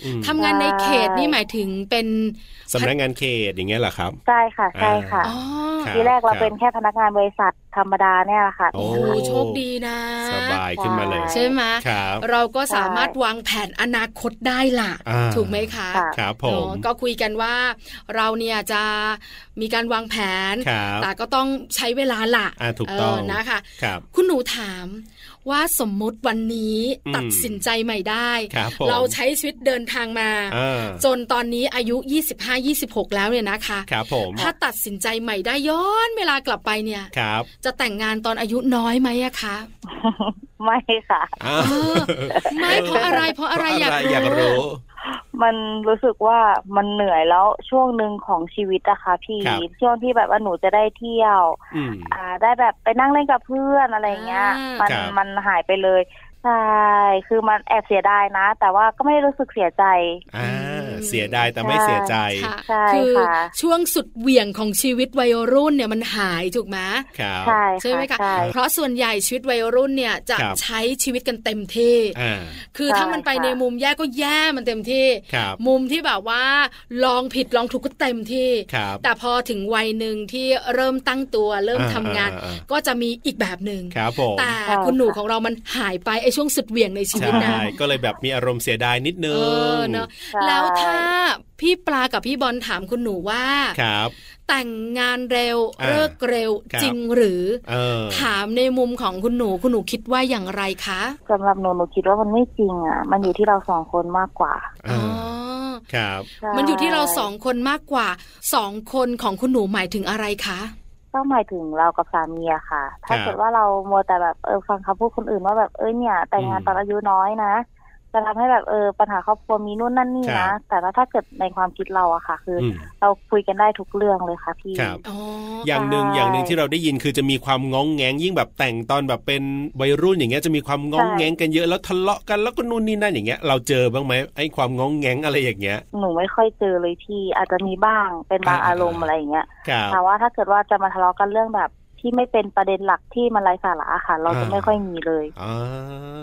S2: อืม
S1: ทำงานในเขตนี่หมายถึงเป็น
S2: สำนักงานเขตอย่างเงี้ยเหรอครับ
S5: ใช่ค่ะใช่ค่ะ
S1: อ๋อ
S2: ครับ
S5: ทีแรกเราเป็นแค่พนักงานบริษัทธรรมดาเนี่ยแหละค่ะ
S2: โอ้
S1: โอ้โหโชคดีนะ
S2: สบายขึ้นมาเลย
S1: ใช่ไหม
S2: ครับ
S1: เราก็สามารถวางแผนอนาคตได้ล่ะ
S2: อ่า
S1: ถูกไหมคะ
S5: ค่ะ
S2: ครับผ
S1: เน
S2: ม
S1: อะก็คุยกันว่าเราเนี่ยจะมีการวางแผน
S2: ครับ
S1: แต่ก็ต้องใช้เวลาล่ะ
S2: อ่าถูกต้อง
S1: เนะคะ
S2: ครับ
S1: คุณหนูถา ามว่าสมมุติวันนี้
S2: อืม
S1: ตัดสินใจใหม่ได้
S2: ครับผม
S1: เราใช้ชีวิตเดินทางมา
S2: อ่า
S1: จนตอนนี้อายุ 25-26 แล้วเนี่ยนะคะ
S2: ครับผม
S1: ถ้าตัดสินใจใหม่ได้ย้อนเวลากลับไปเนี่ย
S2: ครับ
S1: จะแต่งงานตอนอายุน้อยไหมอะคะ
S5: ไม่ค่ะ
S2: อ่า
S1: เออไม่เพราะอะไรเพราะอะไรอยาก
S2: อยาก
S1: รู้
S2: รู้
S5: มันรู้สึกว่ามันเหนื่อยแล้วช่วงหนึ่งของชีวิตอะค่ะพี่
S2: ครับ
S5: ช่วงที่แบบว่าหนูจะได้เที่ยว
S2: อืม
S5: อ่าได้แบบไปนั่งเล่นกับเพื่อนอะไรเงี้ย
S1: อ่า
S5: มั
S1: มั
S5: น
S2: ครับ
S5: มันหายไปเลยใช่คือมันแอบเสียดายนะ แต่ว่าก็ไม่ได้รู้สึกเสียใจ
S2: อ่าเสียดายแต่ไม่เสียใจ
S1: ค่ะ
S5: ใช่
S1: คือ
S5: ค่ะ
S1: ช่วงสุดเหวี่ยงของชีวิตวัยรุ่นเนี่ยมันหายถูกไหม
S2: ครับ
S5: ใช่
S1: ใช่ไหม
S5: ค่ะ
S1: คะ
S5: ใช่
S1: เพราะส่วนใหญ่ชีวิตวัยรุ่นเนี่ยจะ
S2: ครับ
S1: ใช้ชีวิตกันเต็มที่
S2: อ่า
S1: คือถ้ามันไป
S5: ใช่ค่ะ
S1: ในมุมแย่ก็แย่มันเต็มที่
S2: ครับ
S1: มุมที่แบบว่าลองผิดลองถูกก็เต็มที่
S2: ครับ
S1: แต่พอถึงวัยหนึ่งที่เริ่มตั้งตัวเริ่ม
S2: อ่
S1: ทำงาน
S2: อ่อ่
S1: ก็จะมีอีกแบบหนึ่ง
S2: ครับผม
S1: แต่
S5: ใช่
S1: คุณหนู
S5: ค่ะ
S1: ของเรามันหายไปไอ้ช่วงสุดเหวี่ยงในชีวิตนะ
S2: ใช่ก็เลยแบบมีอารมณ์เสียดายนิด
S1: เอ
S2: นึง
S1: อเนอะ
S5: ใช่
S1: แล้วถ้าพี่ปลากับพี่บอลถามคุณหนูว่า
S2: ครับ
S1: แต่งงานเร็ว
S2: อ่า
S1: เลิกเร็ว
S2: ครับ
S1: จริงหรือ
S2: เออ
S1: ถามในมุมของคุณหนูคุณหนูคิดว่าอย่างไรคะ
S5: สำหรับหนูหนูคิดว่ามันไม่จริงอ่ะ มันอยู่ที่เราสองคนมากกว่า
S2: อ่า
S1: อ
S2: ครับ
S5: ใช่
S1: มันอยู่ที่เราสองคนมากกว่าสองคนของคุณหนูหมายถึงอะไรคะ
S5: ต้องหมายถึงเรากับสามีอะค่ะ ถ้า
S2: ครับ
S5: เกิดว่าเรามัวแต่แบบเออฟังคำพูดคนอื่นว่าแบบเอ้ยเนี่ย แต่งงาน
S2: อืม
S5: ตอนอายุน้อยนะจะทำให้แบบเออปัญหาครอบครัวมีนู่นนั่นนี่
S2: ครั
S5: นะ
S2: บ
S5: แต่ว่าถ้าเกิดในความคิดเราอะค่ะ คืออ
S2: อืม
S5: เราคุยกันได้ทุกเรื่องเลยค่ะพี่
S2: ครับ
S1: อ๋อ
S2: อย่างหนึ่ง
S5: ใช่
S2: อย่างหนึ่งที่เราได้ยินคือจะมีความงองแงงยิ่งแบบแต่งตอนแบบเป็นวัยรุ่นอย่างเงี้ยจะมีความงองแงงกันเยอะแล้วทะเลาะกันแล้วก็นู่นนี่นั่นอย่างเงี้ยเราเจอบ้างไหมไอ้ความงองแงงอะไรอย่างเงี้ย
S5: หนูไม่ค่อยเจอเลยพี่อาจจะมีบ้างเป็นบาง
S2: อ่า
S5: อารมณ์อะไรอย่างเงี้ย
S2: ครับ
S5: แต่ว่าถ้าเกิดว่าจะมาทะเลาะกันเรื่องแบบ ที่ไม่เป็นประเด็นหลักที่มันไร้สาระค่ะ เราจะไม่ค่อยมีเลย
S2: อ่า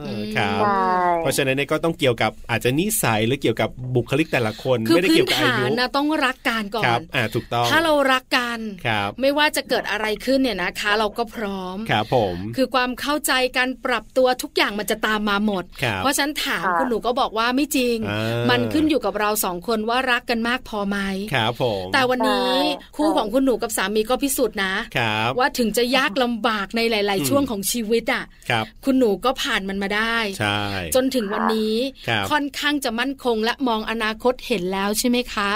S1: อืม
S2: ครับ
S5: ใช่
S2: เพราะฉะนั้นเนี่ยก็ต้องเกี่ยวกับอาจจะนิสัยหรือเกี่ยวกับบุคลิกแต่ละคน
S1: คือ
S2: ไม่ได้
S1: พื้
S2: เกี่
S1: น
S2: ยวกับ
S1: ฐา
S2: อายุ
S1: นนะต้องรักกันก่อ
S2: ครั
S1: น
S2: บ อ่าถูกต้อง
S1: ถ้าเรารักกัน
S2: ครับ
S1: ไม่ว่าจะเกิดอะไรขึ้นเนี่ยนะคะ เราก็พร้อม
S2: ครับผม
S1: คือความเข้าใจการปรับตัวทุกอย่างมันจะตามมาหมด
S2: ครับ
S1: เพราะฉะนันถามคุณหนูก็บอกว่าไม่จริง
S2: อ่ามั
S1: มันขึ้นอยู่กับเราสองคนว่ารักกันมากพอไหม
S2: ครับผม
S1: แต่วันนี้คู่ของคุณหนูกับสามีก็พิสูจน์นะ
S2: ครับ
S1: ว่าถึงจะยากลำบากในหลาย
S2: อืม
S1: ๆ ช่วงของชีวิตอ่ะ
S2: ครับ
S1: คุณหนูก็ผ่านมันมาได้
S2: ใช่
S1: จนถึงวันนี้
S2: ครับ
S1: ค่อนข้างจะมั่นคงและมองอนาคตเห็นแล้วใช่ไหมคะ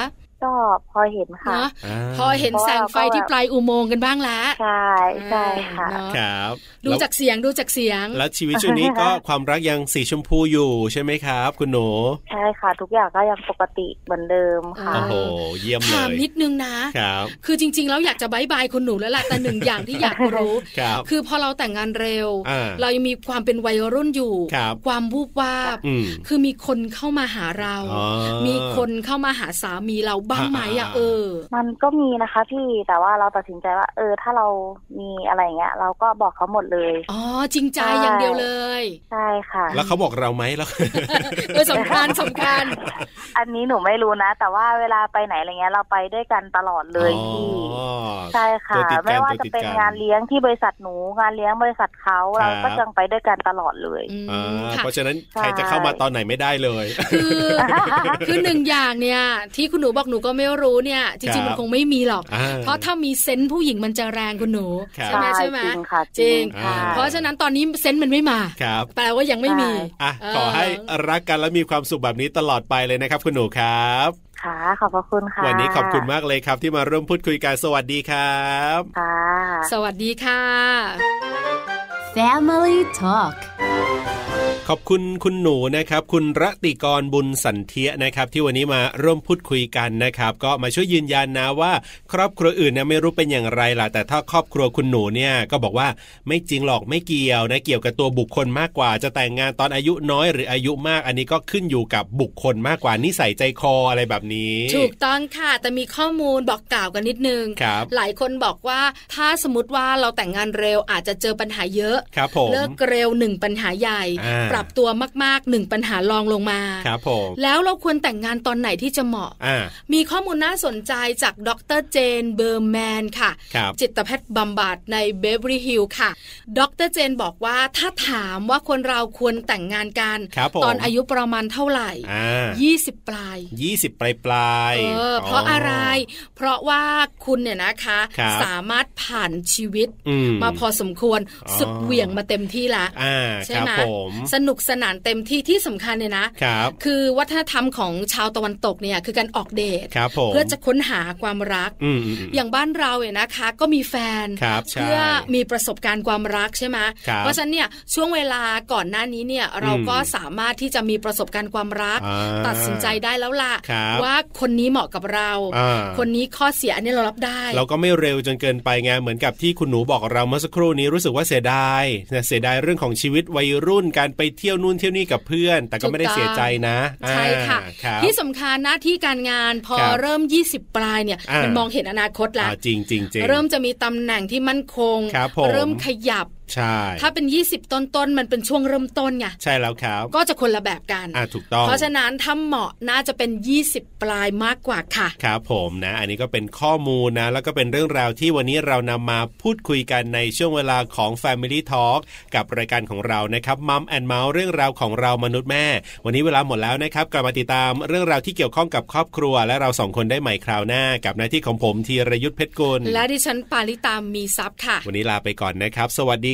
S5: ก็พอเห็นค่ะ
S1: เนาะ
S2: อ่า
S1: พอเห็นแสงไฟที่ปลายอุโมงค์กันบ้างแล้ว
S5: ใช่ใช่ค่ะ
S1: เนอะ
S2: ครับ
S1: ดูจากเสียงดูจากเสียง
S2: แล้วชีวิตช่วงนี้ก็ความรักยังสีชมพูอยู่ใช่ไหมครับ คุณหนู
S5: ใช่ค่ะ ทุกอย่างก็ยังปกติเหมือนเดิมค่ะ
S1: อ๋
S2: โอ้โห เยี่ยมเล
S1: ถาม
S2: ย
S1: นิดนึงนะ
S2: ครับ
S1: คือจริง ๆ แล้วอยากจะบายบายคุณหนูแล้วล่ะแต่
S2: <laughs>
S1: หนึ่งอย่างที่อยากรู้
S2: ครับ
S1: คือพอเราแต่งงานเร็ว
S2: อ่า
S1: เรายังมีความเป็นวัยรุ่นอยู่
S2: ครับ
S1: ความวูบวาบ
S2: อืม
S1: คือมีคนเข้ามาหาเรา
S2: อ๋อ
S1: มีคนเข้ามาหาสามีเราบ้างไหมอะ
S2: อ่า
S1: เออ
S5: มันก็มีนะคะพี่แต่ว่าเราตัดสินใจว่า เออ ถ้าเรามีอะไรอย่างเงี้ย เราก็บอกเขาหมดเลย
S1: อ๋อ จริงใจ
S5: ใช่
S1: อย่างเดียวเลย
S5: ใช่ค่ะ
S2: แล้วเขาบอกเราไหมแล้ว
S1: เออสำคัญสำคัญ
S5: <laughs> อันนี้หนูไม่รู้นะ แต่ว่าเวลาไปไหนอะไรเงี้ย เราไปด้วยกันตลอดเลย
S2: อ๋อ
S5: พี่ ใช่ค่ะ
S2: ตัวติดกัน
S5: ไม่ว่าจะ
S2: ตัวติดกัน
S5: เป็นงานเลี้ยงที่บริษัทหนู งานเลี้ยงบริษัทเขา
S2: ครับ
S5: เราก็ยังไปด้วยกันตลอดเลย
S1: อืม
S2: อ่า
S1: ค่ะ
S2: เพราะฉะนั้นใครจะเข้ามาตอนไหนไม่ได้เลย
S1: คือคือหนึ่งอย่างเนี่ย ที่คุณหนูบอกหนูก็ไม่รู้เนี่ย จ
S2: ครั
S1: ริง
S2: บ
S1: ๆมันคงไม่มีหรอก
S2: อ่
S1: เพราะถ้ามีเซนส์ผู้หญิงมันจะแรงคุณหนู
S2: ครับ
S1: ใช่ไหมใช่ไหม
S5: จริงค่ะ
S1: จริง
S5: ค่ะ
S2: อ่า
S1: เพราะฉะนั้นตอนนี้เซนส์มันไม่มา
S2: ครับ
S1: แปลว่ายังไม่มี
S5: ใช่
S2: อ่ะ
S1: เออ
S2: ขอให้รักกันและมีความสุขแบบนี้ตลอดไปเลยนะครับ คุณหนูครับ
S5: ค่ะ ขอบพระคุณค่ะ
S2: วันนี้ขอบคุณมากเลยครับ ที่มาร่วมพูดคุยกันสวัสดีครับ
S5: ค่ะ
S1: สวัสดีค่ะ
S4: Family Talk
S2: ขอบคุณคุณหนูนะครับ คุณระติกรบุญสันเทียนะครับ ที่วันนี้มาร่วมพูดคุยกันนะครับ ก็มาช่วยยืนยันนะว่า ครอบครัวอื่นเนี่ยไม่รู้เป็นอย่างไรล่ะแต่ถ้าครอบครัวคุณหนูเนี่ยก็บอกว่าไม่จริงหรอกไม่เกี่ยวนะเกี่ยวกับตัวบุคคลมากกว่า จะแต่งงานตอนอายุน้อยหรืออายุมาก อันนี้ก็ขึ้นอยู่กับบุคคลมากกว่านิสัยใจคออะไรแบบนี้
S1: ถูกต้องค่ะ แต่มีข้อมูลบอกกล่าวกันนิดนึง
S2: ครับ
S1: หลายคนบอกว่าถ้าสมมติว่าเราแต่งงานเร็วอาจจะเจอปัญหาเยอะ
S2: ครับผม
S1: เลิกเร็วหนึ่งปัญหาใหญ่
S2: อ่า
S1: ปรับ รับตัวมากๆหนึ่งปัญหารองลงมา
S2: ครับผม
S1: แล้วเราควรแต่งงานตอนไหนที่จะเหมาะ
S2: อ่า
S1: มีข้อมูลน่าสนใจจากดรเจนเบอร์แมนค่ะ
S2: ครับ
S1: จิตแพทย์บำบัดในเบเวอรี่ฮิลล์ค่ะ ดรเจนบอกว่าถ้าถามว่าคนเราควรแต่งงานกัน
S2: ครับผม
S1: ตอนอายุประมาณเท่าไหร่
S2: อ่า
S1: 20 ปลาย
S2: ยี่สิบปลายปลาย
S1: เอ
S2: ๆ
S1: อ เพราะอะไร เพราะว่าคุณเนี่ยนะคะ
S2: ครับ
S1: สามารถผ่านชีวิต
S2: อืม
S1: มาพอสมควร
S2: อ๋อ
S1: สุดเหวี่ยงมาเต็มที่ละ
S2: อ่า
S1: ใช่
S2: ครับ
S1: ไหม
S2: ผม
S1: สนุกสนานเต็มที่ที่สำคัญเนี่ยนะ
S2: ครับ
S1: คือวัฒนธรรมของชาวตะวันตกเนี่ยคือการออกเดท
S2: ครับผม
S1: เพื่อจะค้นหาความรัก
S2: อืมอืมม
S1: อย่างบ้านเราเนี่ยนะคะ ก็มีแฟน
S2: ครับใช่
S1: เพื่อมีประสบการณ์ความรักใช่ไหม
S2: ครับ
S1: เพราะฉะนั้นเนี่ยช่วงเวลาก่อนหน้านี้เนี่ยเราก็
S2: อืม
S1: สามารถที่จะมีประสบการณ์ความรัก
S2: อ่า
S1: ตัดสินใจได้แล้วล่ะ
S2: ครับ
S1: ว่าคนนี้เหมาะกับเรา
S2: อ่า
S1: คนนี้ข้อเสียอันนี้เรารับได้
S2: เราก็ไม่เร็วจนเกินไปไงเหมือนกับที่คุณหนูบอกเราเมื่อสักครู่นี้รู้สึกว่าเสียดายนะเสียดายเรื่องของชีวิตวัยรุ่นการไปเที่ยวนู่นเที่ยวนี่กับเพื่อน แต่ก็ไม่ได้เสียใจนะ
S1: ใช่ค่ะ
S2: อ่าครับ
S1: ที่สำคัญหน้าที่การงานพอ
S2: ครับ
S1: เริ่ม 20 ปลายเนี่ย
S2: อ่ามั
S1: มันมองเห็นอนาคตละ
S2: อ่าจริงจริงจริง
S1: เริ่มจะมีตำแหน่งที่มั่นคง
S2: ครับผม
S1: เริ่มขยับ
S2: ใช่
S1: ถ้าเป็น 20 ต้นต้นๆมันเป็นช่วงเริ่มต้นไง
S2: ใช่แล้วครับ
S1: ก็จะคนละแบบกัน
S2: อ่าถูกต้อง
S1: เพราะฉะนั้นถ้าเหมาะน่าจะเป็น 20 ปลายมากกว่าค่ะ
S2: ครับผมนะ อันนี้ก็เป็นข้อมูลนะ แล้วก็เป็นเรื่องราวที่วันนี้เรานำมาพูดคุยกันในช่วงเวลาของ Family Talk กับรายการของเรานะครับมัมแอนเมาส์เรื่องราวของเรามนุษย์แม่ วันนี้เวลาหมดแล้วนะครับกลับมาติดตามเรื่องราวที่เกี่ยวข้องกับครอบครัว และเราสองคนได้ใหม่คราวหน้า กับหน้าที่ของผมธีรยุทธเพชรกุล
S1: และดิฉันปาริตามมีซับค่ะ
S2: วันนี้ลาไปก่อนนะครับ สวัสดี